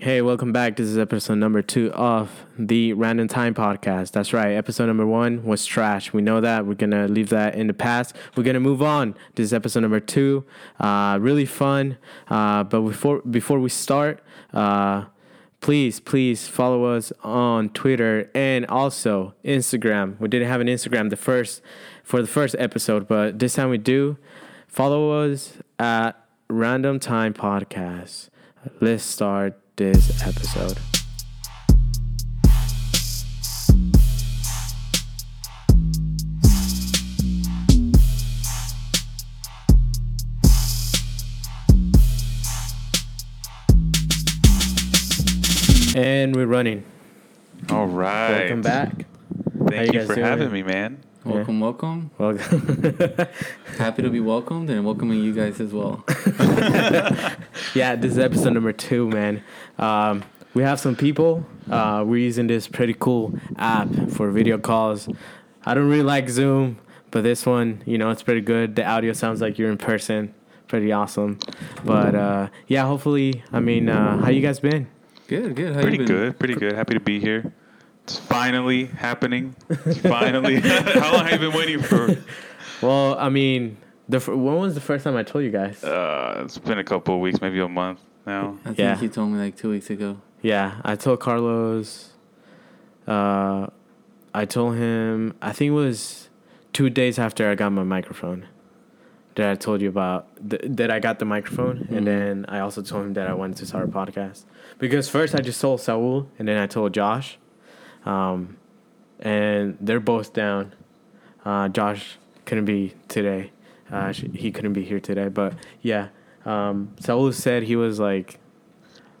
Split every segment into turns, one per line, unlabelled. Hey, welcome back. This is episode number two of the Random Time Podcast. That's right. Episode number one was trash. We know that. We're going to leave that in the past. We're going to move on. This is episode number two. Uh, really fun. Uh, but before, before we start, uh, please, please follow us on Twitter and also Instagram. We didn't have an Instagram the first for the first episode, but this time we do. Follow us at Random Time Podcast. Let's start this episode. And we're running.
All right.
Welcome back. How you
Thank you,
guys
for
doing?
having me, man.
Welcome, welcome.
Welcome.
Happy to be welcomed and welcoming you guys as well.
Yeah, this is episode number two, man. Um, we have some people. Uh, we're using this pretty cool app for video calls. I don't really like Zoom, but this one, you know, it's pretty good. The audio sounds like you're in person. Pretty awesome. But uh, yeah, hopefully, I mean, uh, how you guys been?
Good, good. How you
Pretty
been?
good. Pretty good. Happy to be here. It's finally happening. It's finally. How long have you been waiting for?
Well, I mean, the fir- when was the first time I told you guys?
Uh, it's been a couple of weeks, maybe a month now.
I think
Yeah.
you told me like two weeks ago.
Yeah, I told Carlos. Uh, I told him. I think it was two days after I got my microphone that I told you about th- that I got the microphone, and then I also told him that I wanted to start a podcast because first I just told Saul, and then I told Josh, um, and they're both down. Uh, Josh couldn't be today. Uh, sh- he couldn't be here today, but yeah. Um, Saul said he was like,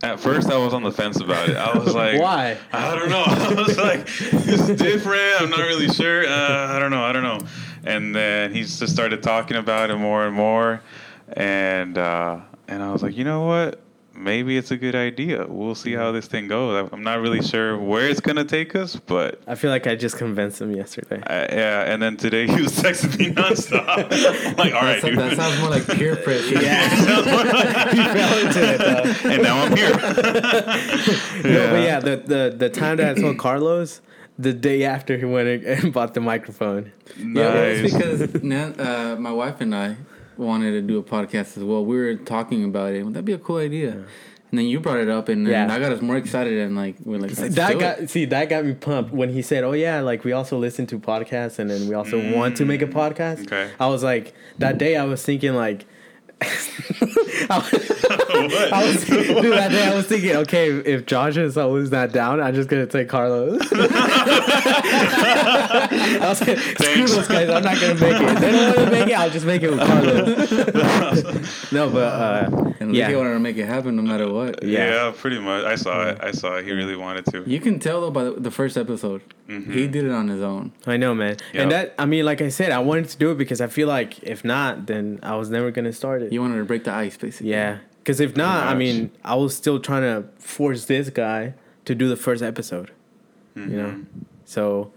At first, I was on the fence about it. I was like,
"Why?"
I don't know. I was like, it's different. I'm not really sure. Uh, I don't know. I don't know. And then he just started talking about it more and more, and uh, and I was like, you know what? Maybe it's a good idea. We'll see how this thing goes. I'm not really sure where it's gonna take us, but
I feel like I just convinced him yesterday.
uh, yeah. And then today he was texting me nonstop. I'm like, all right,
That,
dude.
that sounds more like peer pressure.
and now I'm here.
No, but yeah, the, the the time that I told Carlos, the day after he went and bought the microphone.
Yeah, well,
Nice.
it's because Nan, uh, my wife and I wanted to do a podcast as well. We were talking about it. Would that be a cool idea? And then you brought it up, and,
Yeah.
and I got us more excited. And like we're like, Let's
that
do
got
it.
see that got me pumped when he said, "Oh yeah, like we also listen to podcasts and then we also want to make a podcast."
Mm, okay.
I was like that day I was thinking like. I was,
What?
I was, dude, that day I was thinking, okay, if Josh is always not down, I'm just gonna take Carlos. I was like, screw
Thanks.
those guys, I'm not gonna make it. If They don't want to make it, I'll just make it with Carlos. no, but uh,
and
yeah.
yeah. wanted to make it happen no matter what.
Yeah.
Yeah. pretty much. I saw it. I saw it. He really wanted to.
You can tell though by the, the first episode,
Mm-hmm.
he did it on his own.
I know, man.
Yep.
And that, I mean, like I said, I wanted to do it because I feel like if not, then I was never gonna start it.
You wanted to break the ice, basically.
yeah, because if not, I
much.
mean, I was still trying to force this guy to do the first episode. You know,
Mm-hmm.
so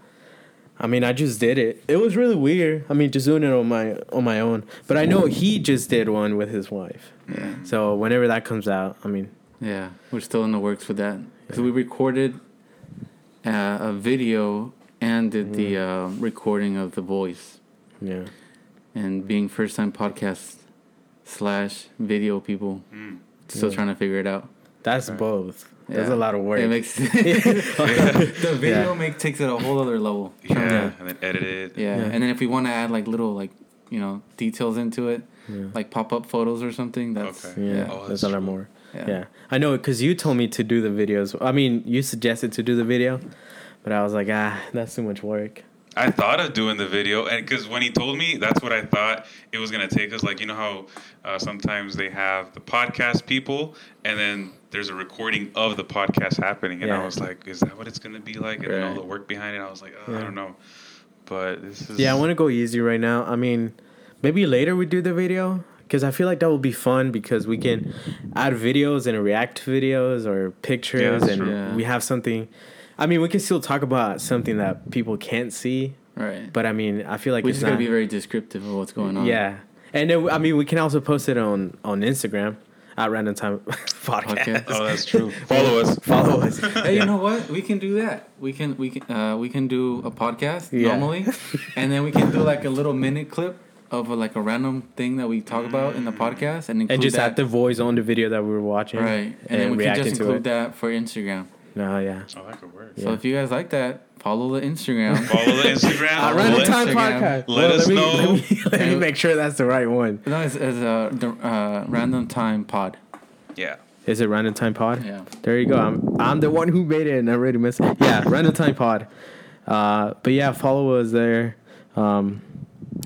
I mean, I just did it. It was really weird. I mean, just doing it on my on my own. But I know he just did one with his wife. So whenever that comes out, I mean,
Yeah, we're still in the works for that because we recorded uh, a video and did the uh,
Mm-hmm.
recording of the voice
yeah,
and being first time podcast slash video people.
Mm.
Still trying to figure it out.
that's both. That's
Yeah.
a lot of work.
It makes the video
Yeah.
make takes it a whole other level.
Yeah, and then edit it.
Yeah,
Yeah.
and then if we want to add like little like you know details into it, like pop up photos or something. That's
Okay.
yeah,
yeah.
Oh,
there's
that's
a lot more.
Yeah.
Yeah, I know because you told me to do the videos. I mean, you suggested to do the video, but I was like, ah, that's too much work.
I thought of doing the video, and because when he told me, that's what I thought it was gonna take us. Like you know how uh, sometimes they have the podcast people, and then there's a recording of the podcast happening, and
Yeah.
I was like, is that what it's gonna be like? And then all
Right.
the work behind it, I was like, oh, I don't know. But this is
Yeah, I want to go easy right now. I mean, maybe later we do the video because I feel like that will be fun because we can add videos and react to videos or pictures,
that's
and
true.
Yeah.
we have something. I mean, we can still talk about something that people can't see,
right.
but I mean, I feel like
we
it's
just got to
not.
be very descriptive of what's going on.
Yeah, and then, I mean, we can also post it on on Instagram. at Random Time Podcast.
Podcast.
Oh, that's true. Follow us.
Follow us.
Hey, you know what? We can do that. We can we can uh, we can do a podcast
Yeah.
normally, and then we can do like a little minute clip of a, like a random thing that we talk about in the podcast, and include
and just
that.
add the voice on the video that we were watching.
right, and, then we can just include that for Instagram.
No, yeah.
Oh, that could work.
So if you guys like that, follow the Instagram.
Follow the Instagram.
At
At
Random
Let-
Time
Uh, Instagram.
Podcast.
Let
Well,
us
me,
know.
Let me, let me make sure that's the right one.
no, it's, it's a the, uh, random time pod.
Yeah.
Is it Random Time Pod?
Yeah.
There you go. I'm I'm the one who made it and I already missed. Yeah, Random Time Pod. Uh, but yeah, follow us there. Um,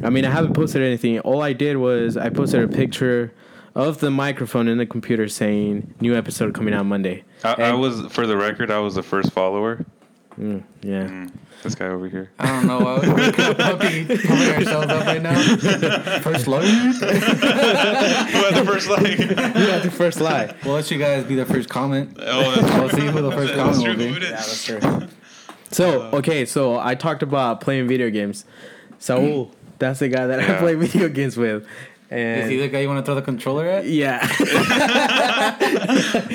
I mean, I haven't posted anything. All I did was I posted a picture of the microphone in the computer saying new episode coming out Monday.
I, I
And-
was, for the record, I was the first follower.
Mm,
Mm.
Yeah.
This guy over here.
I don't know. Why we could be pumping ourselves up right now. First load.
Well, the first like.
You had the first lie.
We'll let you guys be the first comment.
Oh, that's
We'll see who the first
That's
comment
true.
will
Who it
be.
is?
So okay, so I talked about playing video games. Saul, that's the guy that I
Yeah.
play video games with, and
Is he the guy you want to throw the controller at?
yeah,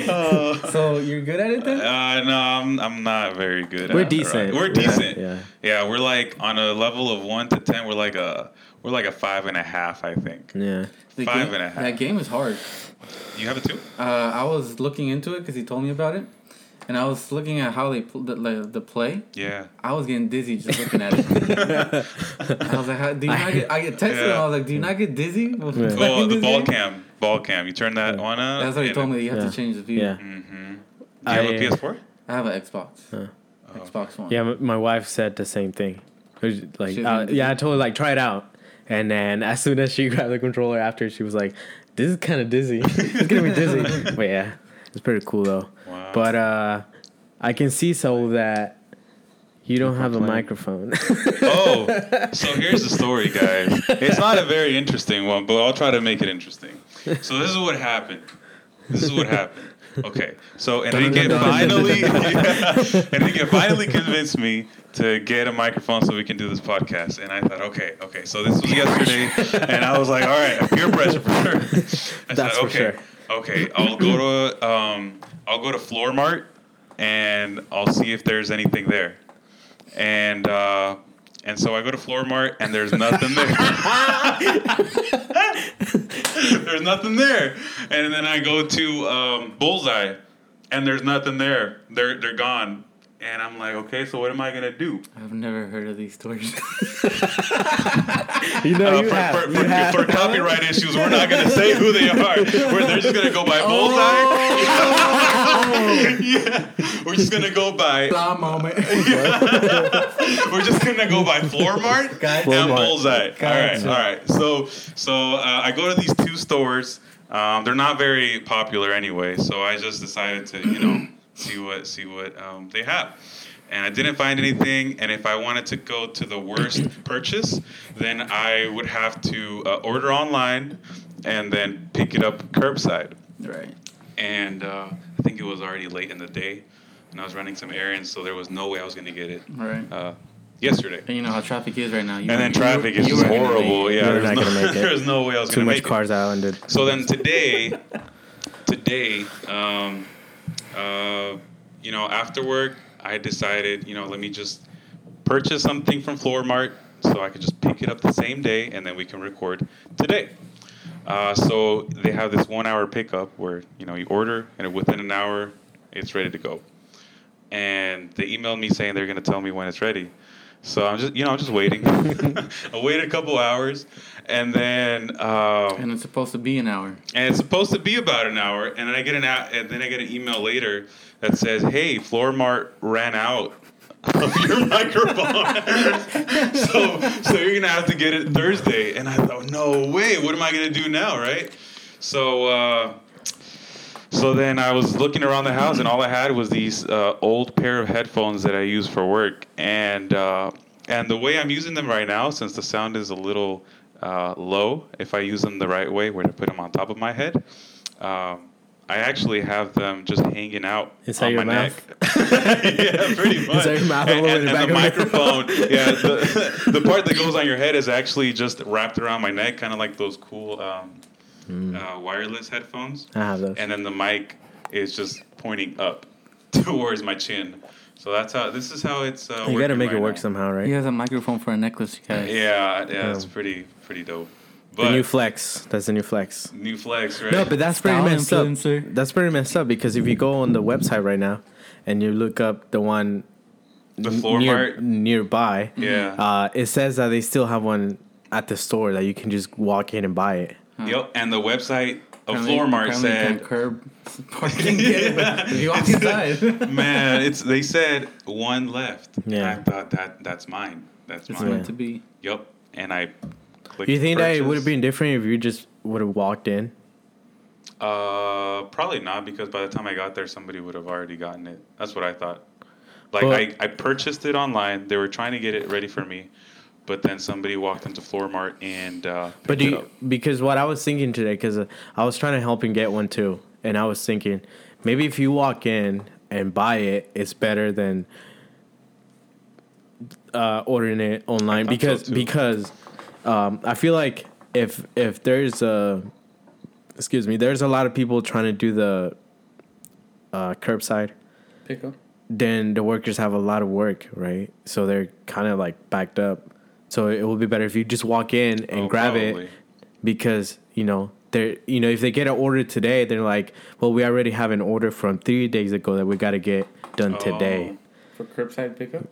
Oh,
So you're good at it then?
Uh, no, I'm, I'm not very good.
We're
at it,
decent.
right? We're
Yeah,
decent.
yeah.
Yeah, we're like on a level of one to ten. We're like a we're like a five and a half, I think.
yeah.
The
Five
game,
and a half.
That game is hard.
You have it too.
Uh, I was looking into it because he told me about it, and I was looking at how they pl- the, the, the play.
Yeah.
I was getting dizzy just looking at it. I was like, how, "Do you not get?" I get texted him. I was like, "Do you not get dizzy?" when playing
Oh, the
this
ball
game?"
cam, ball cam. You turn that on up.
That's what he
and- Mm-hmm.
told me. You have
Yeah.
to change the view.
Yeah,
Do you
I-
have
uh,
a PS4?
I have an Xbox.
Oh,
Xbox One.
yeah. m- My wife said the same thing. It was Like,
She's
uh,
gonna-
yeah, I told her like try it out, and then as soon as she grabbed the controller after, she was like, "This is kind of dizzy. it's gonna be dizzy." but yeah, it's pretty cool though.
Wow.
But uh, I can see Saul that you don't have a
Complain.
microphone.
Oh, so here's the story, guys. It's not a very interesting one, but I'll try to make it interesting. So this is what happened. This is what happened. Okay, so
dun,
Enrique
dun, dun,
finally, Enrique finally convinced me to get a microphone so we can do this podcast. And I thought, okay, okay. So this was yesterday, and I was like, all right, peer pressure for sure. I
That's
said,
for
okay,
sure.
okay. I'll go to um, I'll go to Floor Mart, and I'll see if there's anything there and uh, and so I go to Floor Mart and there's nothing there. there's nothing there, and then I go to um, Bullseye and there's nothing there. They're they're gone, and I'm like, okay, so what am I gonna do?
I've never heard of these stories.
you know
Uh,
you
for,
have.
for,
you
for-
have.
for copyright issues, we're not gonna say who they are. We're, they're just gonna go by
Oh.
Bullseye. yeah, we're just gonna go by
Stop moment.
We're just gonna go by Floor Mart
Gotcha.
and
Floor Mart.
Bullseye. All right,
Gotcha.
all right. So, so uh, I go to these two stores. Um, they're not very popular anyway, so I just decided to, you know, see what see what um, they have. And I didn't find anything. And if I wanted to go to the worst purchase, then I would have to uh, order online and then pick it up curbside
right.
and uh, I think it was already late in the day, and I was running some errands, so there was no way I was going to get it
Right.
uh, yesterday.
And you know how traffic is right now. You
And then
you-
traffic is
you
just
were gonna
horrible.
make it.
Yeah,
You're
there's
not
no,
gonna make it.
there's no way I was
Too
going to
much
make
cars out and did.
it. So then today, today, um, uh, you know, after work, I decided, you know, let me just purchase something from Floor Mart so I could just pick it up the same day, and then we can record today. Uh, so they have this one hour pickup where you know you order and within an hour it's ready to go. And they emailed me saying they're gonna tell me when it's ready. So I'm just you know I'm just waiting. I waited a couple hours, and then um,
And it's supposed to be an hour.
and it's supposed to be about an hour. And then I get an a- and then I get an email later that says, "Hey, Floor Mart ran out." of your microphone, so so you're gonna have to get it Thursday. And I thought, no way, what am I gonna do now, right? So uh, so then I was looking around the house, and all I had was these uh, old pair of headphones that I use for work, and uh, and the way I'm using them right now, since the sound is a little uh, low, if I use them the right way, where to put them on top of my head, um, I actually have them just hanging out
Inside
on
your
my
mouth?
neck. yeah, pretty much.
Inside your mouth, all
and,
the way
and-
in the
and the
back of
microphone, yeah, the, the part that goes on your head is actually just wrapped around my neck, kind of like those cool. Um,
Hmm.
uh, wireless headphones,
I have those.
and then the mic is just pointing up towards my chin. So that's how this is how it's. Uh,
you got to
working
make
right
it work
now.
somehow, right?
He has a microphone for a necklace, you guys.
Yeah, yeah, it's
Yeah.
pretty pretty dope.
Um, The
But
new flex. That's the new flex.
new flex, right?
No, but that's pretty
Style
messed up.
influencer.
That's pretty messed up because if you go on the website right now and you look up the one
the floor
near-
part.
nearby,
Yeah.
uh, it says that they still have one at the store that you can just walk in and buy it.
Yep. And the website of
Apparently-
Floormart
apparently you can
said,
curb parking. You walk inside.
"Man, it's they said one left."
Yeah.
I thought that that's mine. That's
It's
Oh,
mine.
meant to be.
Yep. And I clicked.
You think that it
purchase.
would have been different if you just would have walked in?
Uh, probably not because by the time I got there, somebody would have already gotten it. That's what I thought. Like
Well-
I, I purchased it online. They were trying to get it ready for me, but then somebody walked into Floormart and uh,
But
picked
do
it
you,
up.
because what I was thinking today, because I was trying to help him get one too, and I was thinking maybe if you walk in and buy it, it's better than uh, ordering it online
thought so,
because
too.
because um, I feel like if if there's a excuse me, there's a lot of people trying to do the uh, curbside.
Pick up.
Then the workers have a lot of work, right? So they're kind of like backed up. So it will be better if you just walk in and
Oh,
grab
probably.
it because you know they're you know if they get an order today they're like well we already have an order from three days ago that we got to get done
Oh.
today
For curbside pickup?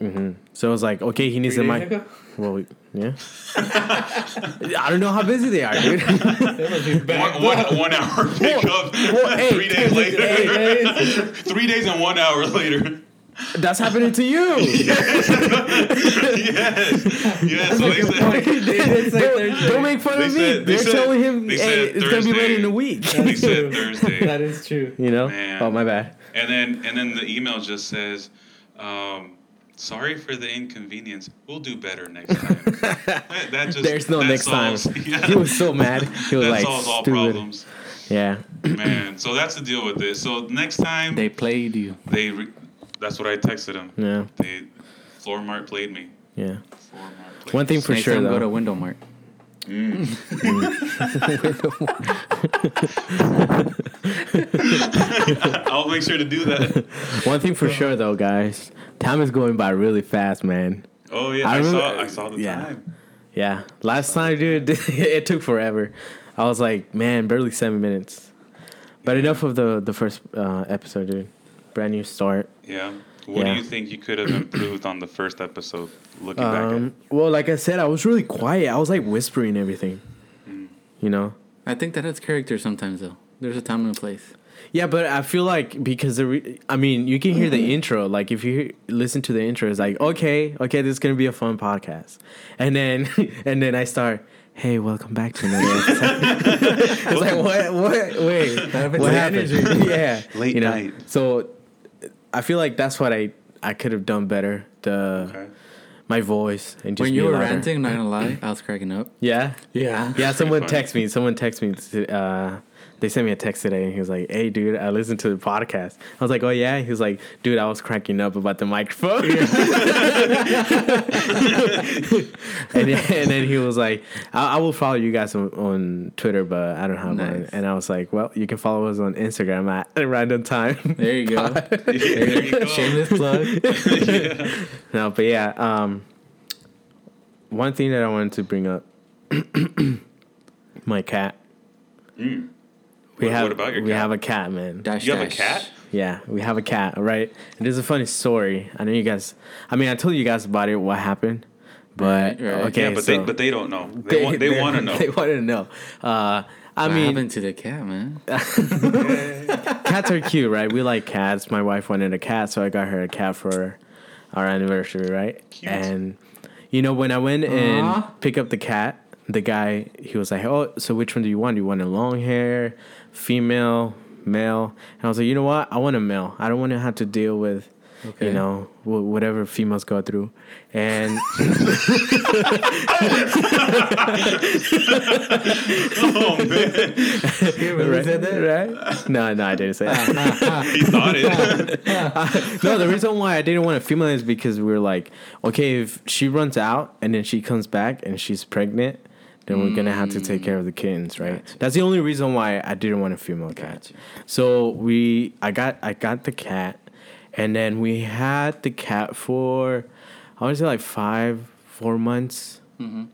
so it was like okay he needs the Mm-hmm. mic well we- yeah i don't know how busy they are dude
One, one, one hour pickup.
well, hey,
three days later.
hey,
three days and one hour later.
that's happening to you
yes. Yes. So they said,
don't, don't make fun
They
of
said-
me
they
they're
said-
telling him
they
hey
said
it's gonna be ready
Thursday.
in a week
they said Thursday.
That is true.
you know
Man.
oh my bad
And then and then the email just says, um, "Sorry for the inconvenience. We'll do better next time." that, that just
there's no
that
next time
solves- Yeah.
he was so mad he was
that
like
solves all
stupid
problems,
yeah
man. So that's the deal with this. So next time they,
They played you.
re- that's what I texted him.
yeah
They Floor Mart played me.
yeah
Floor Mart played
one
me.
thing for
Next
sure
time,
though
go to Window Mart.
I'll make sure to do that.
One thing for sure, though, guys, time is going by really fast, man.
Oh yeah,
I
I, saw
remember-
I saw the
yeah.
time.
Yeah, last time, dude, it took forever. I was like, man, barely seven minutes. But enough of the the first uh, episode, dude. Brand new start.
Yeah. What
Yeah.
do you think you could have improved on the first episode? Looking back at
Um, well, like I said, I was really quiet. I was like whispering everything, you know.
I think that has character sometimes, though. There's a time and a place.
Yeah, but I feel like because the re- I mean, you can hear the intro. Like if you hear, listen to the intro, it's like okay, okay, this is gonna be a fun podcast. And then and then I start, hey, welcome back to another. episode." it's like what what wait what happened? yeah,
Late night.
So I feel like that's what I I could have done better. The
Okay.
my voice and just
when you
be
were
louder.
ranting, not gonna lie, I was cracking up.
Yeah,
Yeah.
yeah, someone
funny.
texted me. Someone texted me. to- Uh, they sent me a text today, and he was like, "Hey, dude, I listened to the podcast." I was like, "Oh yeah." He was like, "Dude, I was cranking up about the microphone." and, then, and then he was like, I, "I will follow you guys on, on Twitter, but I don't have one."
Nice.
And I was like, "Well, you can follow us on Instagram at a random time."
There you go.
there you go.
Shameless plug.
no, but yeah. Um, one thing that I wanted to bring up, my cat. We
Mm. What-
have
what about your
we
cat?
have a cat, man.
Dash,
You have a
dash.
cat?
Yeah, we have a cat, right? And there's a funny story. I know you guys. I mean, I told you guys about it. What happened? But
Right, right.
okay,
yeah, but
so
they but they don't know. They, want they want to know.
They want to know. Uh, I
What
mean,
happened to the cat, man?
cats are cute, right? We like cats. My wife wanted a cat, so I got her a cat for our anniversary, right?
Cute.
And you know, when I went
Aw.
and pick up the cat, the guy he was like, "Oh, so which one do you want? Do you want a long hair, female, male?" And I was like, "You know what? I want a male. I don't want to have to deal with." You
Okay.
know, wh- whatever females go through, and
oh man,
right, right? No, no, I didn't say that.
Ah,
he thought it.
no, the reason why I didn't want a female is because we were like, okay, if she runs out and then she comes back and she's pregnant, then we're gonna have to take care of the kittens, right? That's the only reason why I didn't want a female cat.
Gotcha.
So we, I got, I got the cat, and then we had the cat for, I want to say like five, four months.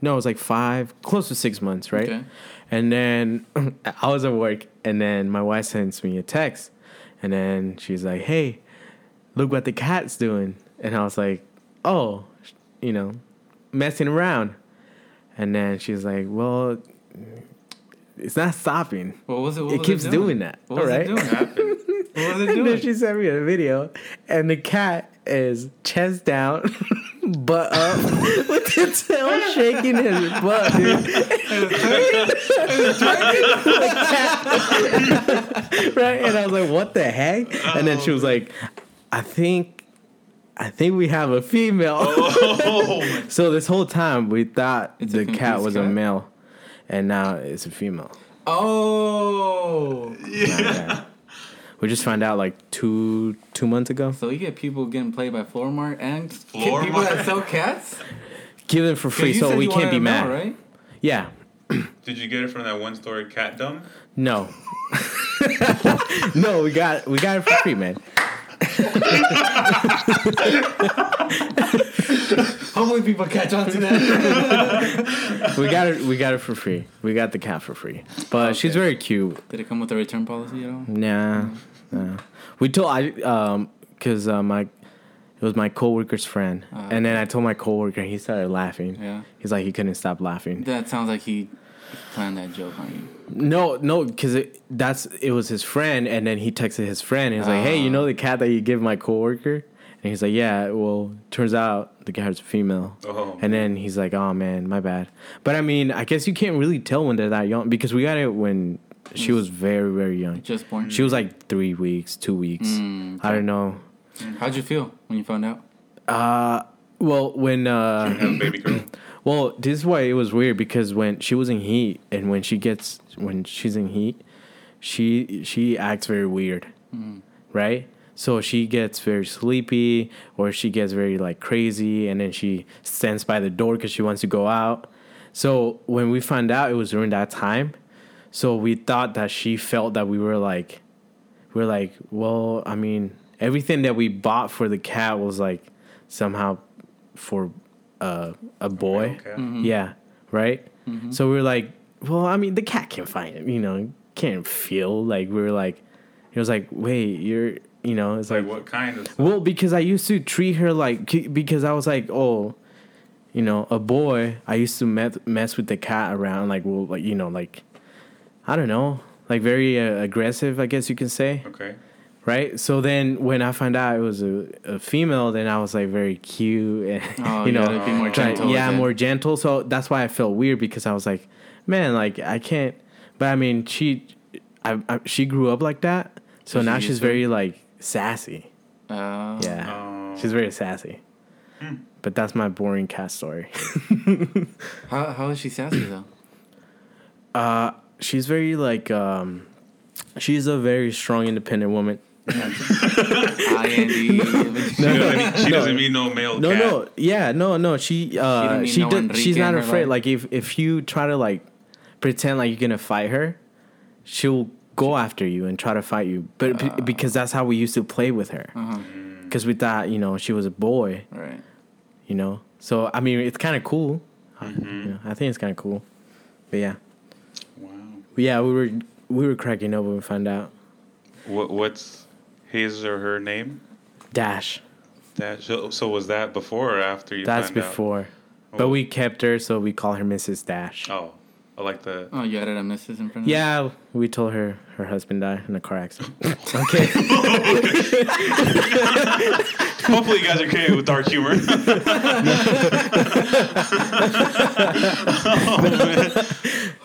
No, it was like five, close to six months, right?
Mm-hmm. Okay.
And then I was at work, and then my wife sends me a text, and then she's like, "Hey, look what the cat's doing," and I was like, "Oh, you know, messing around," and then she's like, "Well." It's not stopping.
What was it? What
It
was
keeps
doing?
doing that,
What was
alright?
it doing?
happened?
What was it
And
doing?
then she sent me a video, and the cat is chest down, butt up, with the tail shaking his butt, dude. The cat- right? And I was like, "What the heck?" And then
Oh,
she was like, "I think, I think we have a female."
Oh,
so this whole time we thought
It's a
the cat
confused
was a
cat?
male, and now it's a female.
oh.
Yeah. We just found out like two two months ago.
So you get people getting played by Floor Mart and kid-
Floor
people
Mart?
that sell cats. 'Cause
Give them for free,
you
so
said
we
you
can't
wanted
be
a male,
mad.
right?
Yeah.
did you get it from that one store cat dumb?
No. no, we got we got it for free, man.
Hopefully, people catch on to that.
We got it we got it for free. We got the cat for free. But she's very cute.
Did it come with a return policy at all?
Nah. nah. We told I um cuz uh, my it was my coworker's friend. and then I told my coworker, he started laughing.
Ah, Yeah.
He's like he couldn't stop laughing.
That sounds like he planned that joke on you.
No, no, because it, that's it was his friend, and then he texted his friend. And he's like, "Hey, you know the cat that you give my coworker?" And he's like, "Yeah." Well, turns out the cat's a female.
Oh.
And then he's like, "Oh man, my bad." But I mean, I guess you can't really tell when they're that young because we got it when she was very, very young.
Just born.
She was like three weeks, two weeks. I don't know. Uh,
How'd you feel when you found out?
Well, when uh,
Have a baby girl.
Well, this is why it was weird because when she was in heat and when she gets when she's in heat, she she acts very weird, right? So she gets very sleepy or she gets very like crazy, and then she stands by the door because she wants to go out. So when we found out it was during that time, so we thought that she felt that we were like, we're like, well, I mean, everything that we bought for the cat was like somehow for uh, a boy.
Okay.
Yeah, right? So we were like, well, I mean, the cat can find him, you know, can't feel like we were like, it was like, wait, you're, you know, it's like,
Like what kind of?
well, because I used to treat her like, c- because I was like, oh, you know, a boy, I used to mess, mess with the cat around, like, well, like, you know, like, I don't know, like very uh, aggressive, I guess you can say
Okay.
right? So then when I found out it was a, a female, then I was like very cute and
Oh,
you
you
know,
gotta be more
try-
gentle
yeah,
with it.
more gentle. So that's why I felt weird because I was like, man, like I can't. But I mean, she, I, I she grew up like that, so
So she
now
used
she's
to it?
very like sassy.
Uh,
Yeah,
Oh.
she's very sassy. But that's my boring cat story.
How how is she sassy though?
she's very like um, she's a very strong, independent woman.
I N D.
She doesn't, need, she doesn't need no male
No,
cat.
no, yeah, no, no. She uh,
need
she
no
did, she's
Enrique in
not
her
afraid.
life.
Like if if you try to like pretend like you're gonna fight her, she'll go after you and try to fight you. But
Uh.
b- because that's how we used to play with her,
Uh-huh.
Mm.
because we thought you know she was a boy,
Right.
you know. So I mean, it's kind of cool. You
Mm-hmm.
know, I think it's kind of cool. But yeah,
Wow.
yeah, we were we were cracking up when we found out
What, what's his or her name?
Dash.
That so, so was that before or after you?
That's
found out?
before, but we kept her, so we call her Mrs. Dash.
Oh, I like the.
Oh, you added a missus in front of
Yeah, we told her her husband died in a car accident. okay.
Hopefully you guys are okay with dark humor.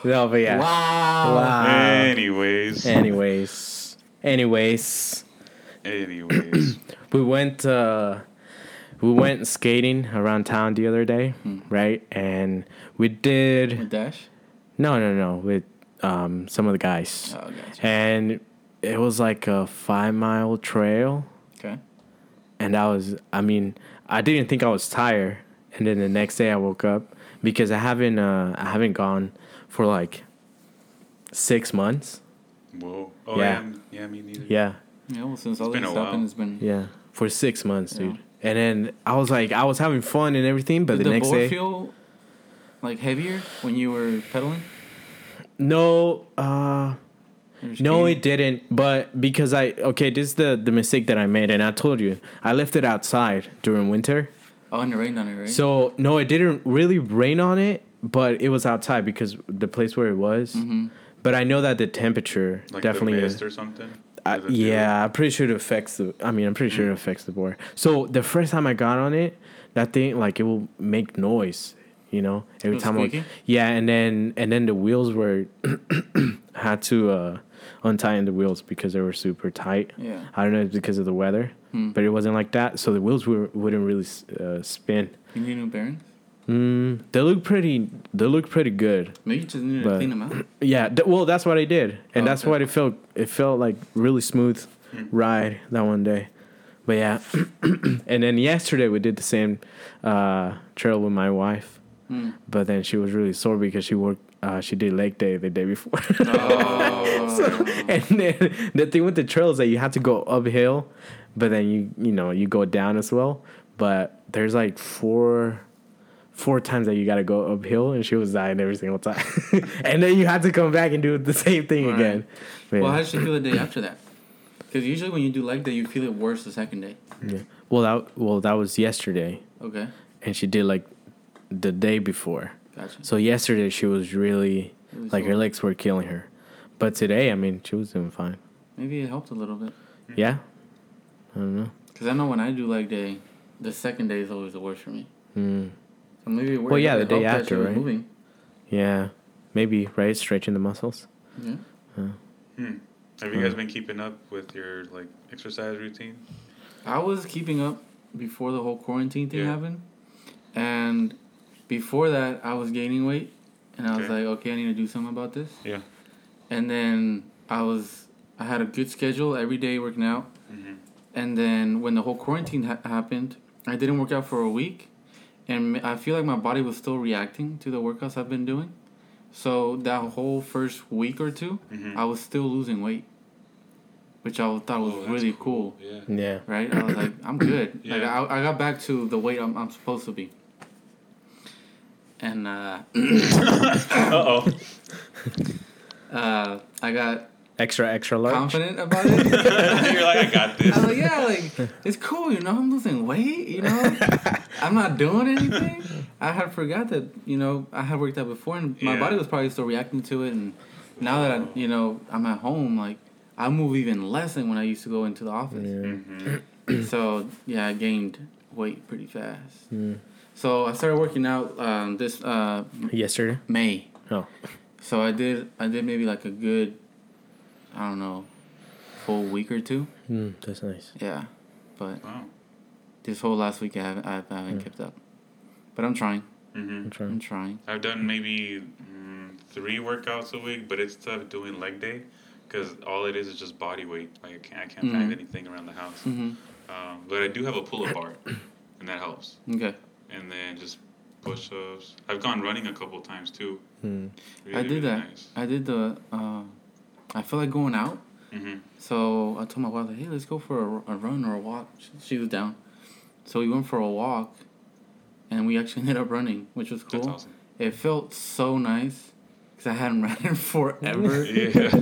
No, but yeah.
Wow.
Wow.
anyways,
Anyways, anyways,
anyways,
we went uh, we went skating around town the other day,
Hmm.
right? And we did
Dash.
no, no, no, with um, some of the guys,
Oh, gotcha.
and it was like a five mile trail,
Okay.
and I was, I mean, I didn't think I was tired and then the next day I woke up because I haven't uh, I haven't gone for like six months.
Whoa. Oh,
Yeah.
yeah. m- Yeah, me neither.
Yeah,
Yeah, well, since all
been
this
a while.
happened, it's been.
yeah, for six months,
Yeah.
dude. And then I was like, I was having fun and everything, but
Did
the
the,
next
board
day,
feel like heavier when you were pedaling?
no, uh,
Or just
No,
skating?
it didn't. But because I okay, this is the the mistake that I made, and I told you I left it outside during winter.
Oh, and it rained on it, right?
So no, it didn't really rain on it, but it was outside because the place where it was. But I know that the temperature
Mm-hmm. Like
definitely uh,
the mist or something.
I,
Does it Mm. do
yeah, I'm pretty sure it affects the. I mean, I'm pretty sure it affects the board. So the first time I got on it, that thing like it will make noise, you know, every
was
time. I,
squeaky?
yeah, and then and then the wheels were had to uh, untighten the wheels because they were super tight.
Yeah.
I don't know if it's because of the weather,
Hmm.
but it wasn't like that. So the wheels were, wouldn't really uh, spin.
You need new bearings?
Mm, they look pretty. They look pretty good.
Maybe you just need to
But-
clean them out.
Yeah, th- well, that's what I did, and
Oh,
that's
okay. Mm.
what it felt. It felt like really smooth ride that one day, but yeah. and then yesterday we did the same uh, trail with my wife,
Hmm.
but then she was really sore because she worked. Uh, she did leg day the day before,
Oh.
and then the thing with the trail is that you have to go uphill, but then you you know you go down as well. But there's like four four times that you gotta go uphill, and she was dying every single time. and then you had to come back and do the same thing
Right.
again. But yeah.
Well, how did you feel the day after that? Because usually when you do leg day, you feel it worse the second day.
Yeah. well, that well that was yesterday,
Okay,
and she did like the day before.
gotcha.
So yesterday she was really
Really
like her
sore.
legs were killing her, but today I mean she was doing fine.
Maybe it helped a little bit.
Yeah, I don't know.
Because I know when I do leg day, the second day is always the worst for me.
Mm.
So maybe it worked.
Well, yeah,
It
the day
helped that
after,
she was
right?
Moving.
Yeah, maybe right stretching the muscles.
Yeah.
Hmm. Have you guys been keeping up with your like exercise routine?
I was keeping up before the whole quarantine thing
Yeah.
happened, and before that, I was gaining weight, and I was
Okay.
like, okay, I need to do something about this.
Yeah.
And then I was, I had a good schedule every day working out,
Mhm.
and then when the whole quarantine ha- happened, I didn't work out for a week, and m- I feel like my body was still reacting to the workouts I've been doing. So that whole first week or 2
Mhm.
I was still losing weight, which I thought was
Oh, that's
really cool
Yeah.
Yeah.
right? I was like, I'm good. Like
Yeah.
I, I got back to the weight I'm, I'm supposed to be. And uh,
Uh oh.
uh, I got
Extra extra large.
confident about it.
You're like I got this.
I was like, yeah, like it's cool, you know. I'm losing weight, you know. I'm not doing anything. I had forgot that, you know, I had worked out before, and my
Yeah.
body was probably still reacting to it. And now that I, you know, I'm at home, like I move even less than when I used to go into the office.
Yeah.
Mhm.
so yeah, I gained weight pretty fast. So I started working out um, this uh,
Yesterday.
May.
Oh.
So I did I did maybe like a good, I don't know, full week or two.
Mm, that's nice.
Yeah, but
Wow.
this whole last week I haven't I haven't kept up. But I'm trying.
Mhm.
I'm
I'm
trying.
trying.
I've done maybe mm, three workouts a week, but it's tough doing leg day because all it is is just body weight. Like I can't, I can't find
Mhm.
anything around the house.
hmm
Um, but I do have a pull-up bar,
Mm-hmm.
and that helps.
Okay.
And then just push-ups. I've gone running a couple times too.
Mm.
Really,
I did
really
that.
Nice.
I did the. Uh, I feel like going out.
Mhm.
So I told my wife, like, hey, let's go for a, a run or a walk. She, she was down. So we went for a walk, and we actually ended up running, which was cool.
That's awesome.
It felt so nice because I hadn't run in forever.
Yeah.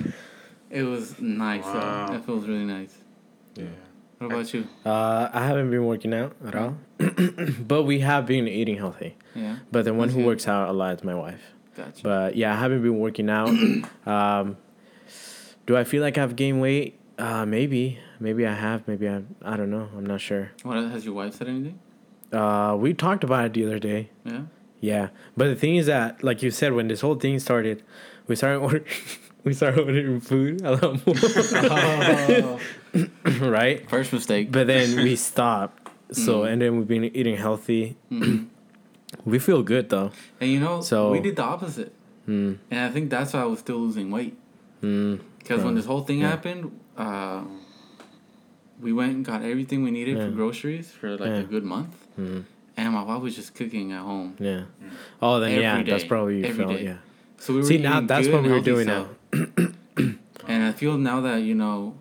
it was nice. though.
Wow.
That feels really nice.
yeah.
What about you?
Uh, I haven't been working out at all, but we have been eating healthy.
Yeah,
But the one
That's
who
good.
works out a lot is my wife.
gotcha.
But yeah, I haven't been working out. um, do I feel like I've gained weight? Uh, maybe, maybe I have. Maybe I. I don't know. I'm not sure.
what has your wife said anything?
Uh, we talked about it the other day.
Yeah.
Yeah, but the thing is that, like you said, when this whole thing started, we started ordering, we started ordering food a lot more,
Oh,
right?
first mistake.
But then we stopped. So
Mm.
and then we've been eating healthy. we feel good though.
And you know,
So-
we did the opposite.
Mm.
And I think that's why I was still losing weight.
Mm.
Because when
Right.
this whole thing happened, uh, we went and got everything we needed for
Yeah.
groceries for like
Yeah. Mm-hmm.
a good month. and my wife was just cooking at home.
Yeah. Oh, then yeah,
Every
that's
day.
probably you
Every
felt.
day.
Yeah.
So we were
See now
eating
that's
good
what
and
we were
healthy
doing
stuff. and I feel now that you know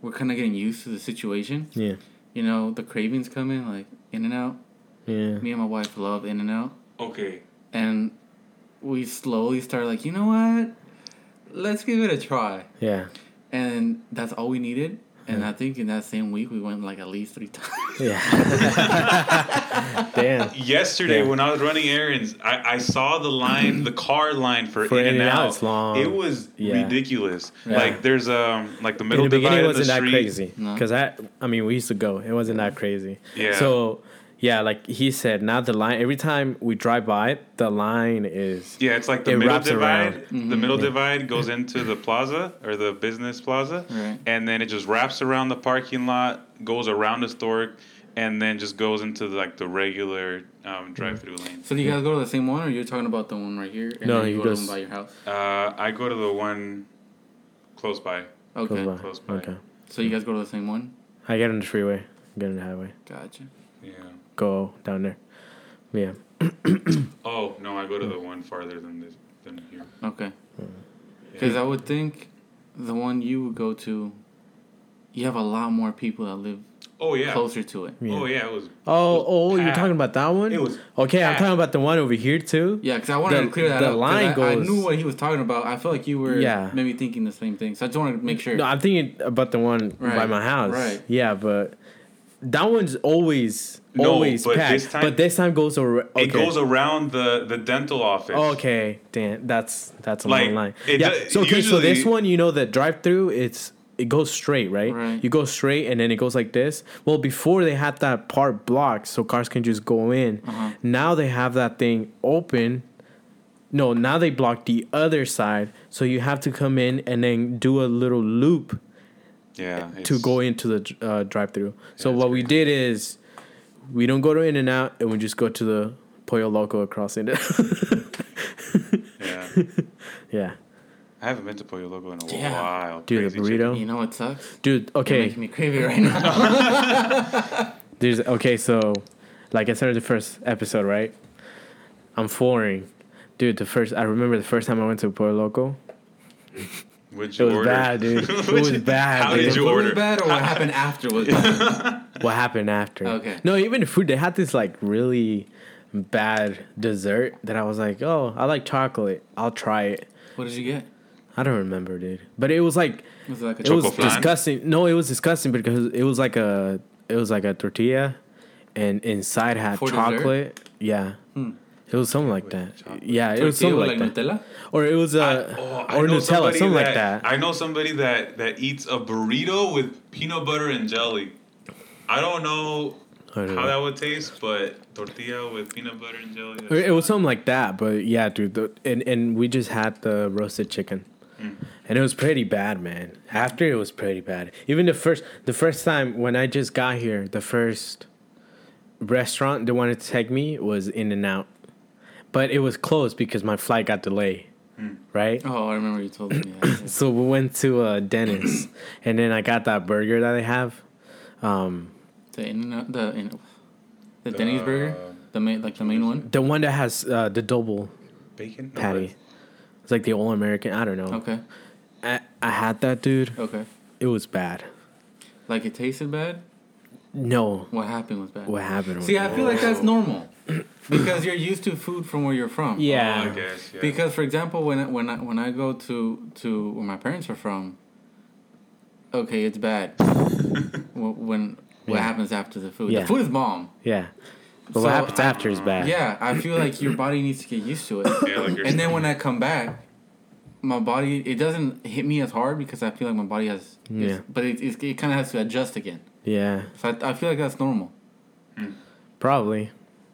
we're kind of getting used to the situation.
now. Yeah.
You know the cravings come in like In and Out.
Yeah.
Me and my wife love In and Out,
Okay.
and we slowly started like you know what, let's give it a try.
Yeah.
And that's all we needed. And I think in that same week we went like at least three times.
Yeah. Damn.
Yesterday,
Yeah.
when I was running errands, I, I saw the line, the car line for,
For
In and
In-N-Out,
Out.
it's long.
It was
Yeah.
ridiculous.
Yeah.
Like there's um like the
In
middle
the beginning, it
divide of the
wasn't that
street.
crazy
No.
because I, I mean, we used to go. It wasn't that crazy.
Yeah.
So, yeah, like he said, now the line. Every time we drive by it, the line is.
Yeah, it's like the
It
middle
wraps
divide.
around. Mm-hmm.
The middle divide goes into the plaza or the business plaza,
Right.
and then it just wraps around the parking lot, goes around the store, and then just goes into like the regular um, drive-through
Mm-hmm.
lane.
So do you guys go to the same one, or you're talking about the one right here? And
No,
then
he
you
goes-
to the one by your house.
Uh, I go to the one close by.
Okay.
Close by.
Close by.
Okay.
So you guys go to the same one.
I get on the freeway. Get on the highway.
Gotcha.
Yeah.
Go down there. Yeah.
Oh no, I go to the one farther than this, than here.
Okay.
Mm.
Because I would think the one you would go to, you have a lot more people that live
Oh yeah.
closer to it.
Oh yeah, it was.
Oh, oh, you're
packed.
talking about that one?
It was
okay. I'm
packed.
talking about the one over here too.
Yeah, because I wanted
The-
to clear that
the
up. 'cause
line
I, I
goes-
knew what he was talking about. I felt like you were
Yeah.
maybe thinking the same thing. So I just wanted to make sure.
No, I'm thinking about the one by
Right,
my house.
right.
Yeah, but that one's always
No,
always
but
packed.
this time-
but this time goes over. Okay. Oh,
It goes around the the dental office.
Okay, damn, that's that's a
Like,
long line.
it
yeah.
do-
so okay, so this
usually-
one, you know, the drive-through, it's it goes straight, right?
Right.
You go straight, and then it goes like this. Well, before they had that part blocked, so cars can just go in.
Uh-huh.
Now they have that thing open. No, now they block the other side, so you have to come in and then do a little loop
Yeah.
to
it's-
go into the uh, drive-through. So
Yeah, it's
what we did is, we don't go to In and Out, and we just go to the Pollo Loco across it.
Yeah.
yeah.
I haven't been to Pollo Loco in a
Yeah.
while.
Dude, the
Crazy chicken.
burrito.
you know what sucks?
Dude,
You're
okay.
making me crave it right now.
There's okay, so like I started the first episode, right? I'm foreign. Dude, the first I remember the first time I went to Puerto Loco.
What'd
It
you
was
order?
bad, dude. It was bad.
How
dude.
did
The
you
food
order?
was bad, or what happened after was bad.
What happened after?
Okay.
No, even the food they had this like really bad dessert that I was like, "Oh, I like chocolate. I'll try it."
What did you get?
I don't remember, dude. But it was like
Was it like a
it was
Choco flan?
disgusting. No, it was disgusting because it was like a it was like a tortilla, and inside had
For dessert?
chocolate. Yeah, it was something like that. Yeah, it was
tortilla
something
with,
like, that.
Nutella?
Or it was a
I- oh, I
Uh, or
know
Nutella,
somebody
something like that.
I know somebody that that eats a burrito with peanut butter and jelly. I don't know
I don't
how
know.
that would taste, but tortilla with peanut butter and jelly.
Or it was something like that. But yeah, dude, the, and and we just had the roasted chicken. And it was pretty bad, man. After it was pretty bad. Even the first, the first time when I just got here, the first restaurant they wanted to take me was In and Out, but it was closed because my flight got delayed, right?
Oh, I remember you told me that.
So we went to uh, Dennis, and then I got that burger that they have. Um,
the in uh, the in the Denny's burger, the main like the main one.
the one that has uh, the double
bacon No,
patty. It's like the all American. I don't know.
Okay,
I, I had that, dude.
okay.
It was bad.
Like it tasted bad.
No,
What happened was bad.
what happened?
See, I
was-
feel like that's normal because you're used to food from where you're from.
yeah,
oh, I guess, yeah.
Because, for example, when I, when I, when I go to to where my parents are from, okay, it's bad. Wh- when what
Yeah.
happens after the food?
Yeah.
The food is bomb.
yeah. But
So,
what happens
I-
after is bad.
Yeah, I feel like your body needs to get used to it.
Yeah, like you're-
And then when I come back, my body it doesn't hit me as hard because I feel like my body has
Yeah.
But it it, it kind of has to adjust again.
yeah,
So I, I feel like that's normal.
probably,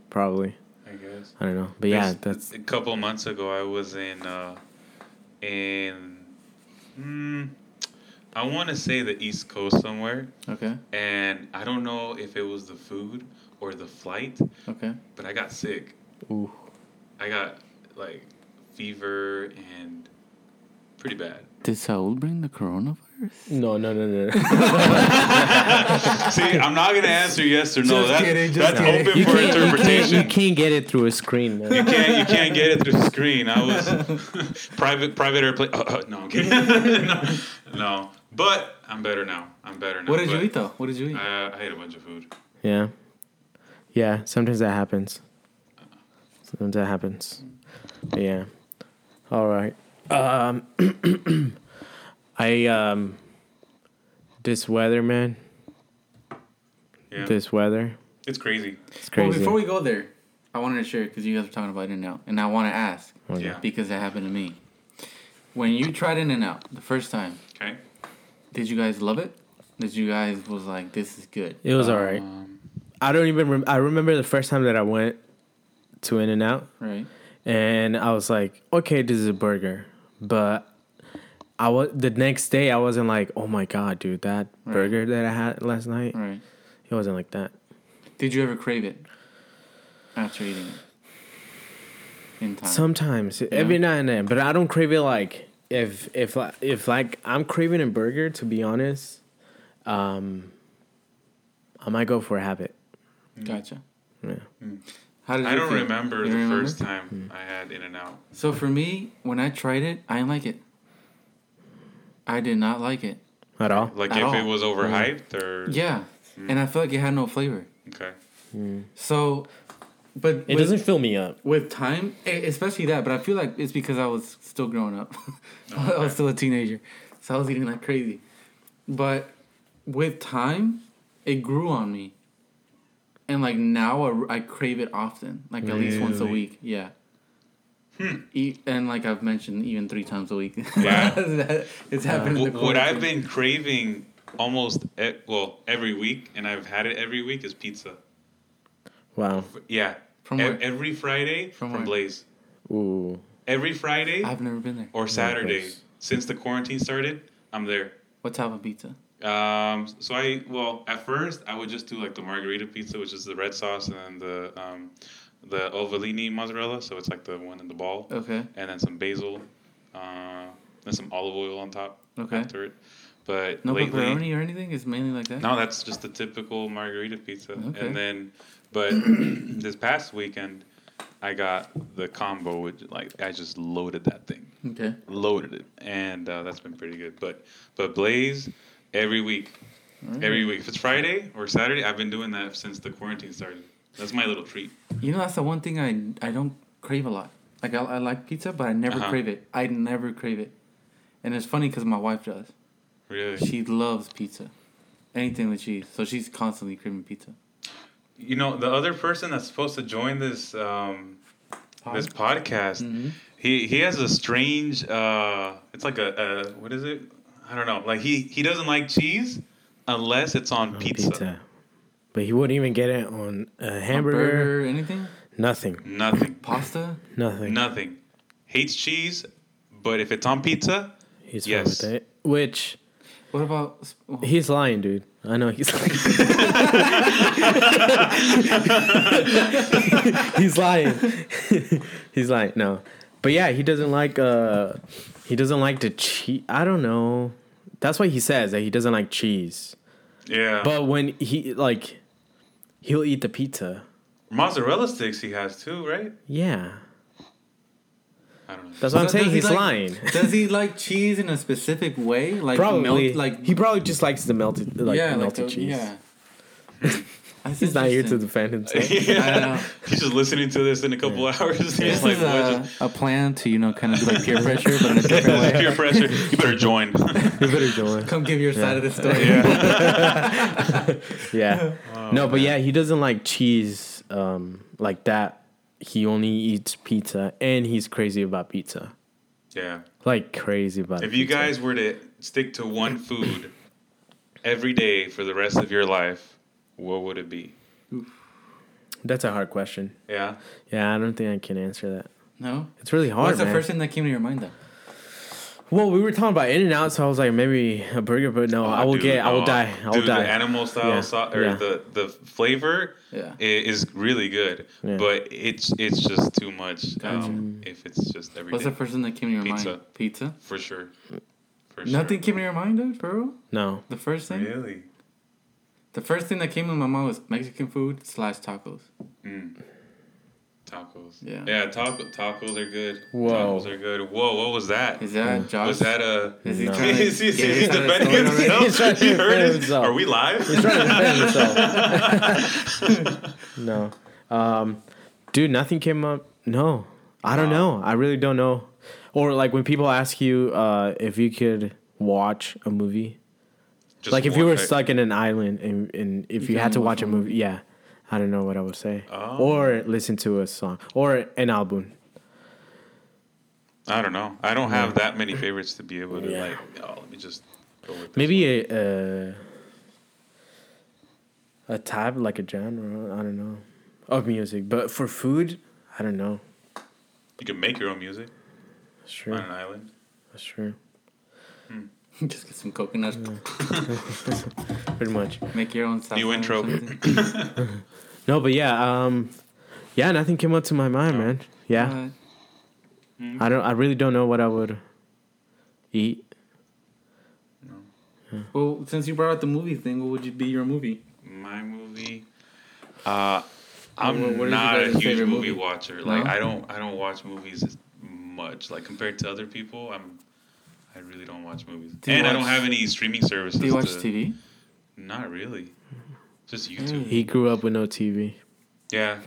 probably.
I guess.
I don't know, but yeah,
This-
that's
a couple of months ago. I was in uh, in hmm, I want to say the East Coast somewhere,
Okay.
and I don't know if it was the food or the flight,
Okay.
but I got sick.
ooh,
I got like fever and pretty bad.
Did Saul bring the coronavirus?
No, no, no, no.
See, I'm not gonna answer yes or no.
Just
That-
kidding, just
that's
kidding.
open
you,
for
can't, you, can't,
interpretation.
you can't get it through a screen, man.
You can't you can't get it through the screen. I was private private airplane. Oh, oh, no, I'm kidding. no, no. but I'm better now. I'm better now.
What did you
but,
eat though? What did you eat?
Uh, I ate a bunch of food.
Yeah. Yeah, sometimes that happens. Sometimes that happens. But yeah. All right. Um I um this weather, man.
Yeah,
This weather.
it's crazy.
It's
Well,
crazy.
before we go there, I wanted to share because you guys were talking about In and Out, and I want to ask
Okay.
Yeah.
because it happened to me. When you tried In and Out the first time,
Okay.
did you guys love it? Did you guys was like, this is good?
it was all right.
Um,
I don't even rem- I remember the first time that I went to In and Out
Right.
and I was like, okay, this is a burger, but I was the next day I wasn't like, oh my god, dude, that burger that I had last night,
Right.
it wasn't like that.
Did you ever crave it after eating it? In time.
Sometimes every now and then, but I don't crave it like if if li- if like I'm craving a burger. To be honest, um, I might go for a habit.
gotcha. Mm.
Yeah.
How did
I
you
don't
feel?
remember
You
the
remember? Hmm.
first time I had In and Out.
So for me, when I tried it, I didn't like it. I did not like it.
At all?
Like
At
if
all.
it was overhyped or
Yeah, and I felt like it had no flavor.
okay.
So, but
It
with,
doesn't fill me up.
with time, e- especially that. But I feel like it's because I was still growing up. I
okay.
was still a teenager, so I was eating like crazy. But with time, it grew on me, and like now I, I crave it often, like at least once a
Really? Hmm.
week. Yeah. E- and like I've mentioned, even three times a week.
Yeah.
it's happened.
Wh-
in the
What
quarantine.
I've been craving almost e- well every week, and I've had it every week is pizza.
Wow.
Yeah.
From
E-
where?
every Friday
From
from,
where?
Blaze.
Ooh.
Every Friday
I've never been there.
or Saturday
Blaze.
since the quarantine started, I'm there.
What type of pizza?
Um, so I well at first I would just do like the margarita pizza, which is the red sauce and the um, the ovalini mozzarella, so it's like the one in the ball,
Okay.
and then some basil, uh, and some olive oil on top
Okay.
after it. But
No
lately,
pepperoni or anything. It's mainly like that.
No, that's just the typical margarita pizza.
Okay.
And then, but this past weekend, I got the combo, which like I just loaded that thing,
Okay.
loaded it, and uh, that's been pretty good. But but Blaze every week, every week. If it's Friday or Saturday, I've been doing that since the quarantine started. That's my little treat.
You know, that's the one thing I I don't crave a lot. Like I, I like pizza, but I never
Uh-huh.
crave it. I never crave it. And it's funny because my wife does.
Really,
She loves pizza, anything with cheese. So she's constantly craving pizza.
you know the other person that's supposed to join this um, this podcast. He he has a strange. Uh, it's like a, a what is it? I don't know. Like he he doesn't like cheese unless it's on pizza.
Pizza. But he wouldn't even get it on a
A
hamburger.
burger, anything,
Nothing.
Nothing,
pasta.
Nothing.
nothing. Hates cheese, but if it's on pizza,
He's
Yes.
fine with it. Which
What about? s- oh,
he's lying, dude. I know he's lying. he's lying. he's lying. No, but yeah, he doesn't like. uh He doesn't like to cheat. I don't know. That's why he says that he doesn't like cheese.
yeah. But
But when he like, he'll eat the pizza.
mozzarella sticks he has too, right?
Yeah,
I don't know.
that's what I'm
So
saying.
does he
He's
like-
lying.
Does he like cheese in a specific way? Like
Probably,
melt, like
like he probably just likes the melted, like
yeah, like
melted
the-
cheese.
Yeah. That's
He's not here to
interesting.
defend himself.
I know.
He's just listening to this in a couple hours.
This
He's like,
is
what
a,
just-
a plan to you know kind of do, like peer pressure, but in a different way.
peer pressure. You better join.
You better join.
Come give your side of the story.
yeah.
Yeah.
Oh,
no, but yeah, he doesn't like cheese um, like that. He only eats pizza, and he's crazy about pizza.
Yeah.
Like crazy about.
If you
pizza.
guys were to stick to one food every day for the rest of your life, what would it be?
that's a hard question.
Yeah.
Yeah, I don't think I can answer that.
No.
It's really hard,
What's the
man.
first thing that came to your mind though?
Well, we were talking about In and Out, so I was like, maybe a burger, but no, Oh, I will
Oh, Dude,
get, I will
no.
die, I will
Dude,
die.
The animal style
Yeah,
sau- or
yeah.
the the flavor
Yeah.
i- is really good,
Yeah.
but it's it's just too much
Gotcha.
um, if it's just every day
What's the first thing that came to your
Pizza.
mind? Pizza.
for sure. For
Nothing
sure.
came to your mind, dude, bro.
no,
The first thing.
really.
The first thing that came to my mind was Mexican food slash tacos.
Mm. Tacos.
Yeah.
Yeah. Taco, tacos are good.
Whoa.
Tacos are good. Whoa. What was that?
Is that Josh?
Was that a?
Is he
No.
trying to
He's, he's,
get
he's
inside the
defending
story already?
He's trying
himself.
to
He heard
defend
it.
himself.
Are we live?
He's trying to defend no, um, dude, nothing came up. No, I don't know. I really don't know. Or like when people ask you uh, if you could watch a movie,
Just
like if you
one
were
pick.
stuck in an island and, and if you,
can
had to
only
watch
watch
a
one
movie, yeah, I don't know what I would say,
Mm-hmm. Oh.
or listen to a song or an album.
I don't know. I don't have that many favorites to be able to
Yeah.
like. Oh, let me just go with this
Maybe
one.
a, a a type like a genre. I don't know of music, but for food, I don't know.
you can make your own music
That's true.
on an island.
That's true.
Just get some coconuts.
Pretty much.
Make your own salsa.
New
or
intro.
something.
No, but yeah, um, yeah, nothing came up to my mind, man. Yeah,
Uh,
I don't. I really don't know what I would eat.
well, since you brought up the movie thing, what would you be your movie?
My movie. Uh, I'm
What- what is
not
your
a
guys'
huge
favorite
movie,
movie?
watcher. Like
No?
I don't I don't watch movies as much. Like compared to other people, I'm I really don't watch movies.
Do you
and I don't
watch-
have any streaming services.
Do you watch
to-
TV?
Not really. Just YouTube.
He grew up with no TV.
Yeah.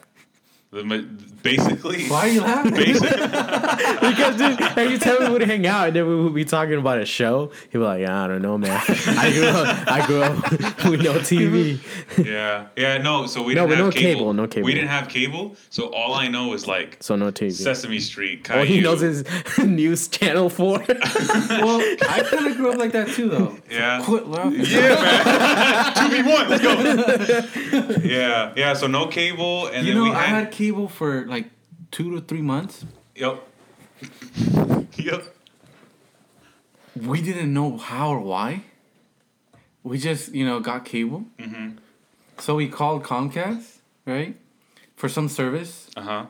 The, ma- basically.
Why are you laughing?
Basically,
Because dude, every time we would hang out and then we would be talking about a show, he'd be like, "Yeah, I don't know, man. I grew up. I grew up with no TV.
yeah, yeah, no. So we
No,
didn't
but
have
no
cable.
cable, no cable.
We didn't have cable, so all I know is like
So no TV.
Sesame Street. Caillou.
All he knows is News Channel 4.
well, I kind of grew up like that too, though.
Yeah.
Quit laughing.
Yeah, man. Two v one. Let's go. yeah, yeah. So no cable, and
You
then
know,
we
I
had.
had cable for like two to three months.
Yep. yep.
We didn't know how or why. We just, you know, got cable. Mm-hmm. So we called Comcast, right, for some service,
Uh
Uh-huh.
huh.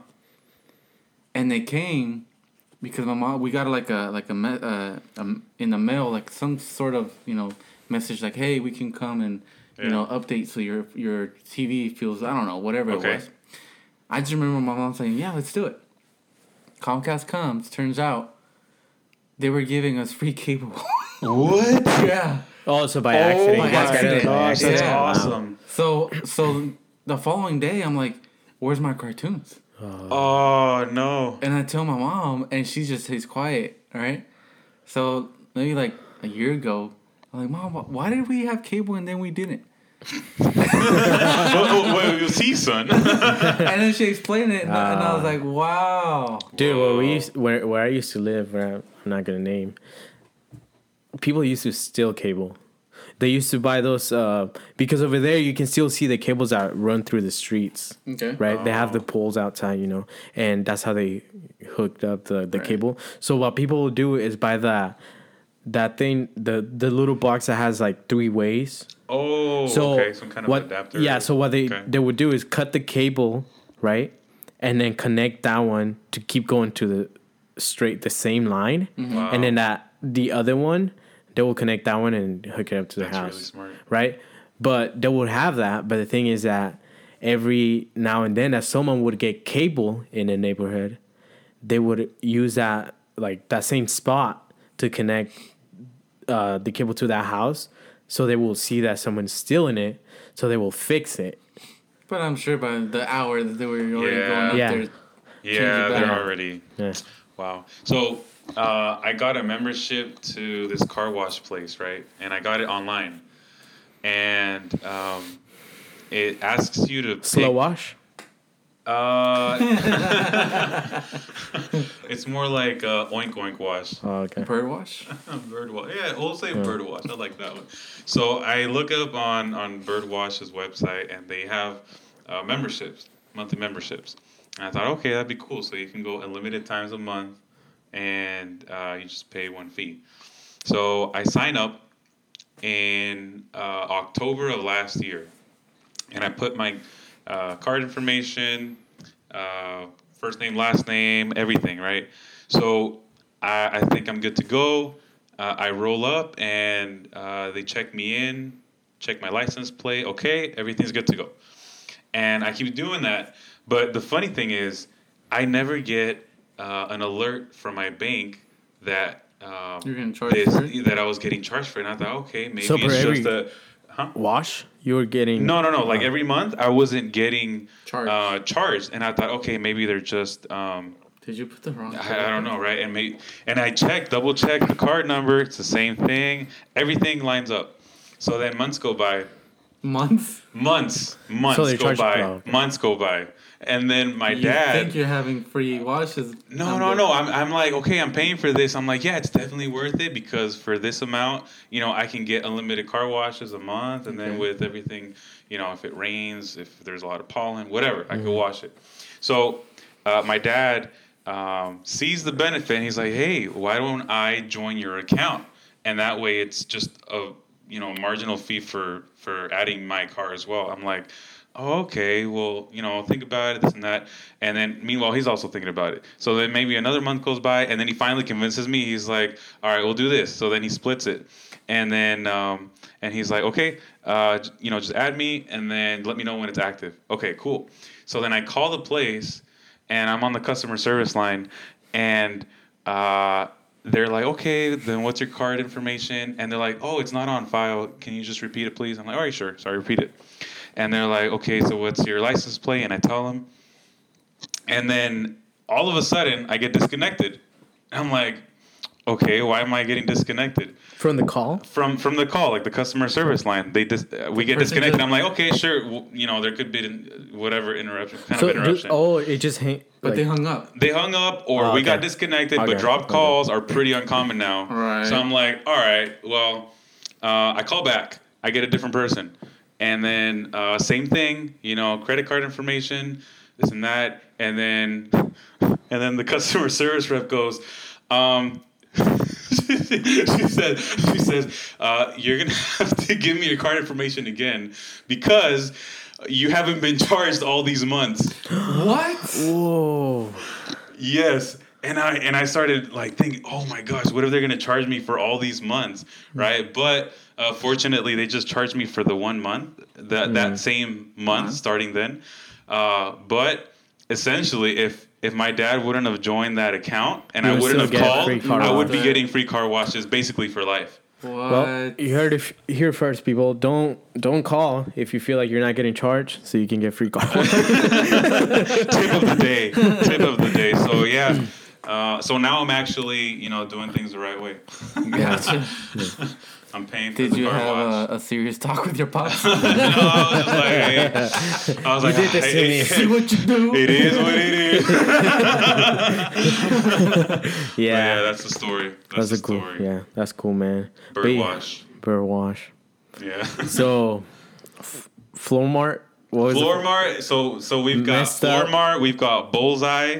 and they came because my mom. We got like a like a, me, uh, um in the mail like some sort of you know message like, hey, we can come and you
Yeah.
know update so your your TV feels I don't know whatever
Okay.
it was. I just remember my mom saying, yeah, let's do it. Comcast comes. Turns out they were giving us free cable.
What?
yeah.
oh, so by accident.
my
you guys got Oh, it
accident.
by
gosh, that's
accident.
Yeah.
awesome.
So so the following day, I'm like, "Where's my cartoons?"
Oh no.
And I tell my mom, and she just stays quiet. All right. So maybe like a year ago, I'm like, "Mom, wh- why did we have cable and then we didn't?"
Well, oh, well, well, you see, son.
And then she explained it, and, I- and I
Ah.
was like, "Wow."
Dude, where we used, where where I used to live, where I, I'm not gonna name, people used to steal cable. They used to buy those uh, because over there you can still see the cables that run through the streets,
Okay.
right? They
Oh.
have the poles outside, you know, and that's how they hooked up the, the cable. So what people will do is buy that that thing, the the little box that has like three ways.
Oh.
So
okay. Some kind of
what,
adapter.
Yeah. So what they
Okay.
they would do is cut the cable, right, and then connect that one to keep going to the straight the same line,
Mm-hmm. Wow.
and then that the other one they will connect that one and hook it up to the
That's really
house,
smart.
right? But they would have that. But the thing is that every now and then, that someone would get cable in a neighborhood, they would use that like that same spot to connect uh, the cable to that house, so they will see that someone's stealing it, so they will fix it.
But I'm sure by the hour that they were already
Yeah.
going up
Yeah.
there.
yeah,
it
they're
back.
already.
Yeah.
Wow. So uh, I got a membership to this car wash place, right? And I got it online, and um, it asks you to
Slow
pick-
wash.
Uh, it's more like uh, oink oink wash.
Oh, okay.
Bird watch.
Bird wash. Yeah, we'll say bird wash. I like that one. So I look up on on Birdwash's website, and they have uh, memberships, monthly memberships. And I thought, okay, that'd be cool. So you can go unlimited times a month, and uh, you just pay one fee. So I sign up in uh, October of last year, and I put my uh, card information, uh, first name, last name, everything, right? So I, I think I'm good to go. Uh, I roll up and uh, they check me in, check my license plate. Okay, everything's good to go. And I keep doing that. But the funny thing is, I never get uh, an alert from my bank that um,
You're getting charged
this-
for it?
that I was getting charged for it. And I thought, okay, maybe
So
it's
for
just
every-
a. Huh?
Wash? You were getting
No, no, no. Like every month, I wasn't getting
Charged.
Uh, charged, and I thought, okay, maybe they're just. Um,
Did you put the wrong?
I, I don't know, right? And may, and I checked, double checked the card number. It's the same thing. Everything lines up. So then months go by,
Months.
months, months
they
go
charge-
by,
oh, okay.
months go by, and then my
you
dad.
think you're having free washes?
No,
I'm
no,
good.
no. I'm, I'm like, okay, I'm paying for this. I'm like, yeah, it's definitely worth it because for this amount, you know, I can get unlimited car washes a month. And then
Okay.
with everything, you know, if it rains, if there's a lot of pollen, whatever, I
Mm-hmm.
can wash it. So uh, my dad um, sees the benefit and he's like, hey, why don't I join your account? And that way it's just a, you know, marginal fee for, for adding my car as well. I'm like, oh, okay, well, you know, think about it, this and that. And then meanwhile, he's also thinking about it. So then maybe another month goes by, and then he finally convinces me. He's like, all right, we'll do this. So then he splits it. And then, um, and he's like, okay, uh, j- you know, just add me and then let me know when it's active. Okay, cool. So then I call the place and I'm on the customer service line, and uh, they're like, okay, then what's your card information? And they're like, oh, it's not on file. Can you just repeat it, please? I'm like, all right, sure. So I repeat it. And they're like, okay, so what's your license plate? And I tell them. And then all of a sudden, I get disconnected. I'm like, okay, why am I getting disconnected?
from the call?
from from the call, like the customer service line. They dis- uh, we get
person
disconnected.
just-
I'm like, okay, sure, w- you know, there could be an, whatever interruption, kind
So
of
do,
interruption.
oh it just hang
But they
like-
hung up.
They hung up, or
Oh,
we got
okay.
disconnected.
Okay,
But drop
okay.
calls are pretty uncommon now.
Right.
So I'm like, all right, well, uh, I call back. I get a different person, and then uh, same thing, you know, credit card information, this and that, and then and then the customer service rep goes. Um, she said, she says, uh, you're gonna have to give me your card information again because you haven't been charged all these months.
What?
Whoa.
Yes. And I and I started like thinking, oh my gosh, what are they going to charge me for all these months,
Mm.
right? But uh, fortunately, they just charged me for the one month that
Mm.
that same
Uh-huh.
month, starting then. Uh, but essentially, if if my dad wouldn't have joined that account and
You
I
would
wouldn't have
still get free
called,
car
I would
wash.
be getting free car washes basically for life.
What?
Well, you heard it f- here first, people. Don't don't call if you feel like you're not getting charged, so you can get free calls.
Oh, tip of the day, tip of the day. So yeah. Uh, so now I'm actually, you know, doing things the right way.
yeah.
I'm paying for
Did
the
you
car wash.
have a, a serious talk with your pops?
No, I was just like, I was like,
did this to me.
See what you do.
It is what it is. yeah.
yeah.
that's the story.
That's
That's, the
a cool.
story.
Yeah, that's cool, man. But yeah,
Birdwash.
Bird wash.
Yeah.
So, f- Floor Mart. What was
Floor
it?
mart. So so we've got
Messed up.
floor mart. We've got bullseye,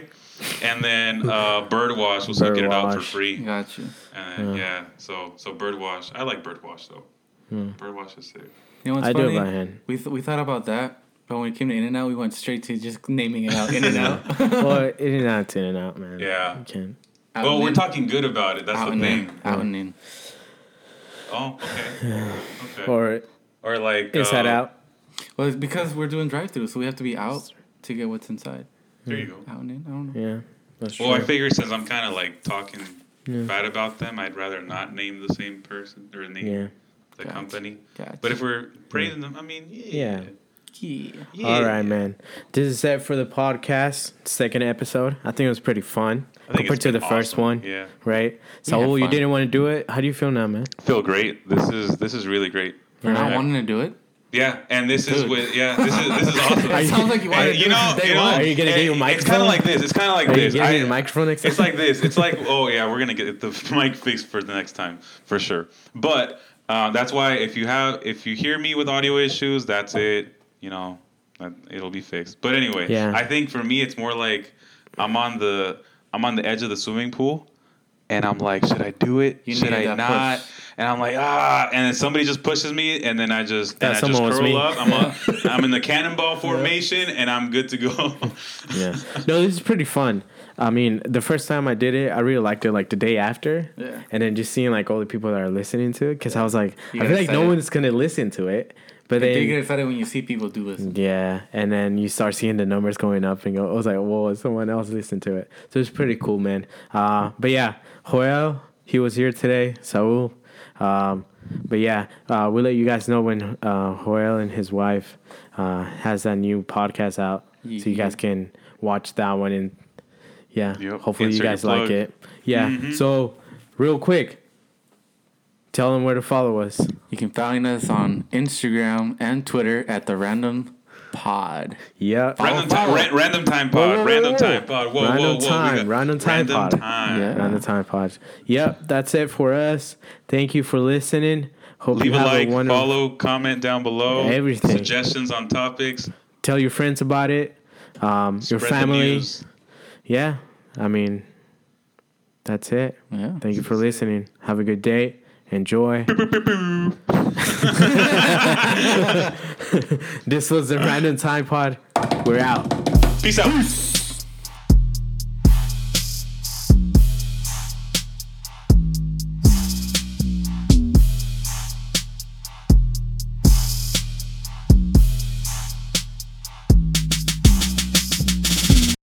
and then uh, birdwash. We'll get it out for
Birdwash.
free.
Got you.
And yeah. So so birdwash. I like birdwash though.
Hmm.
Birdwash is sick.
You know what's
I do it
funny?
by hand.
We, th- we thought about that, but when it came to In and Out, we went straight to just naming it out. In and Out.
Well, in and out, it's in and out, man.
Yeah.
You can.
Well, we're talking good about it. That's
out
the
and
thing.
in. Out and in.
Oh, okay. Okay. Or,
Or
like
inside
uh,
out.
Well, it's because we're doing drive through, so we have to be out to get what's inside.
There you go.
Out and in. I don't know.
Yeah. That's true.
Well, I figure since I'm kind of like talking bad about them, I'd rather not name the same person or name
yeah.
the
Gotcha.
company.
Gotcha.
But if we're praising them, I mean, yeah.
Yeah.
Yeah.
yeah.
All right, man. This is it for the podcast. Second episode. I think it was pretty fun
I think
compared
it's
to the
been
first
awesome.
one.
Yeah.
Right.
had
So oh, you
fun.
didn't want to do it. How do you feel now, man?
Feel great. This is this is really great.
For not
Yeah.
wanting to do it.
Yeah, and this is
Dude.
with yeah, this is this is awesome.
It sounds like you wanted
And,
to
you
do
know,
it
you
today.
know,
Are you gonna get your
it- It's
microphone?
kind of like this. It's kind of like
Are you
this.
getting
I-
your microphone next
It's
time?
like this. It's like, oh yeah, we're gonna get the mic fixed for the next time for sure. But uh, that's why if you have if you hear me with audio issues, that's it. You know, that, it'll be fixed. But anyway,
Yeah.
I think for me, it's more like I'm on the I'm on the edge of the swimming pool, and I'm like, should I do it?
You
should
needed
I
that
not?
push.
And I'm like, ah, and then somebody just pushes me, and then I just,
That
and I just
someone was
curl
me.
up. I'm, a, I'm in the cannonball formation, and I'm good to go.
Yeah. No, this is pretty fun. I mean, the first time I did it, I really liked it. Like the day after,
Yeah.
and then just seeing like all the people that are listening to it, because I was like,
You
I
got
feel like no
excited.
one's gonna listen to it. But
You
then,
get excited when you see people do
Mm.
this.
yeah, and then you start seeing the numbers going up, and go, I was like, whoa, someone else listened to it. So it's pretty cool, man. Uh, but yeah, Joel, he was here today, Saul. Um, but yeah, uh, we'll let you guys know when uh, Joel and his wife uh, has that new podcast out, so you guys can watch that one and yeah,
Mm-hmm. Yep.
hopefully
Insert
you
your
guys like
plug. Mm-hmm.
it. Yeah. So, real quick, tell them where to follow us.
You can find us on Instagram and Twitter at the Random Pod.
Yeah.
random,
follow.
time, ra- random time pod,
whoa,
random
whoa.
time pod. Whoa,
Random
whoa, whoa. we
time,
got-
random time
random
pod.
time.
Yeah.
Around the time pod. Yep, that's it for us. Thank you for listening. Hope
Leave
you
a
have
like,
a wonderful.
follow, comment down below.
Everything.
Suggestions on topics.
Tell your friends about it. Um, your
spread the
family.
news.
Yeah. I mean, that's it.
Yeah.
Thank you for listening. Have a good day. Enjoy. this was the Random Time Pod. We're out.
Peace out.